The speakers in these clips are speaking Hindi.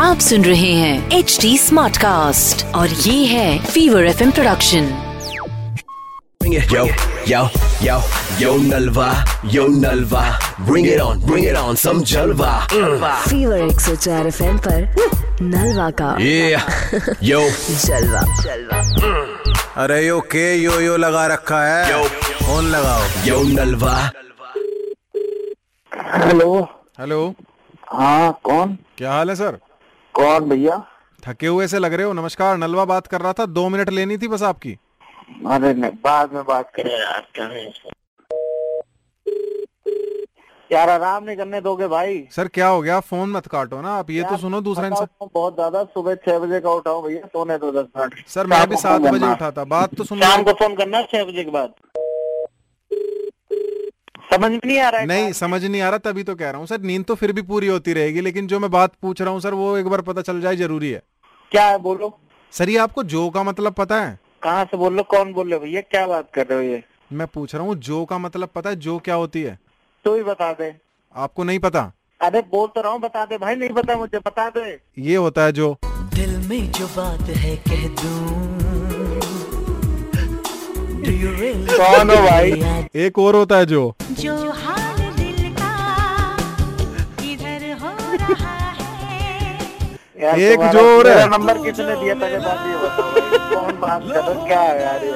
आप सुन रहे हैं एच डी स्मार्ट कास्ट और ये है fever F production Bring it. Yo, yo, yo, yo Nalva, yo Nalva. Bring it on, bring it on, some Jalva. Mm. Fever एक सौ चार एफ एम नलवा का Yeah, yo, जलवा जलवा अरे यो के यो यो लगा रखा है Yo. फोन लगाओ yo Nalva. हेलो हेलो हाँ कौन क्या हाल है सर कौन भैया थके हुए से लग रहे हो नमस्कार नलवा बात कर रहा था दो मिनट लेनी थी बस आपकी अरे नहीं बाद में बात करें यार क्या है इसमें। यार आराम नहीं करने दोगे भाई सर क्या हो गया फोन मत काटो ना आप ये तो यार, सुनो दूसरा बताओ, इंसान तुम बहुत ज्यादा सुबह छह बजे का उठाओ भैया सोने दो दस मिनट सर मैं शाम भी को सात फोन बजे करना। उठा था बात तो सुन शाम लो को फोन करना छह बजे के बाद समझ में नहीं आ रहा है नहीं क्या? समझ नहीं आ रहा तभी तो कह रहा हूँ सर नींद तो फिर भी पूरी होती रहेगी लेकिन जो मैं बात पूछ रहा हूँ सर वो एक बार पता चल जाए जरूरी है क्या है बोलो सर ये आपको जो का मतलब पता है कहाँ से बोल रहे हो कौन बोल रहे हो भैया क्या बात कर रहे हो ये मैं पूछ रहा हूँ जो का मतलब पता है जो क्या होती है तू ही बता दे आपको नहीं पता अरे बोल तो रहा हूँ बता दे भाई नहीं पता मुझे बता दे ये होता है जो दिल में जो बात है कह दूं Do you really कौन हो भाई एक और होता है जो जो हाल दिल का इधर हो रहा है यार एक तुम्हारा- जोर है। मेरा नंबर किसने दिया था ये बात ये बताओ भाई, कौन बात कर रहा है? क्या है यार ये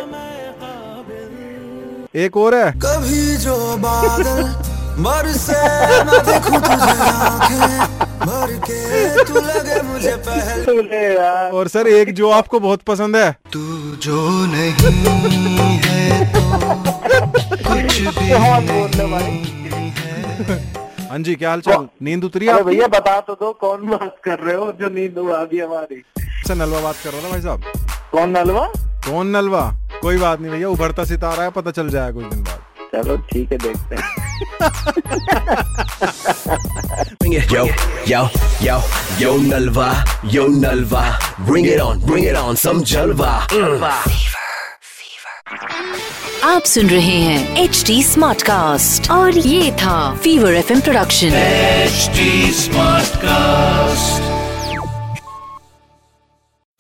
एक और है कभी जो बादल मर से ना देखूं तुझे आंखें मर के तू लगे मुझे पहल तुझे यार और सर एक जो आपको बहुत पसंद है तू जो नहीं है तो कुछ भी कौन बोल रहे भाई हाँ जी क्या हाल चाल नींद उतरी अरे आप भैया बता तो दो कौन बात कर रहे हो जो नींद उड़ा दी हमारी से नलवा बात कर रहा था भाई साहब कौन नलवा कौन नलवा कोई बात नहीं भैया उभरता सितारा है पता चल जाएगा कुछ दिन बाद चलो ठीक है देखते हैं Bring it. Yo, yo, yo, yo Nalva, yo Nalva. Bring it on, bring it on, some Jalva. Mm. आप सुन रहे हैं एच डी स्मार्ट कास्ट और ये था फीवर एफ प्रोडक्शन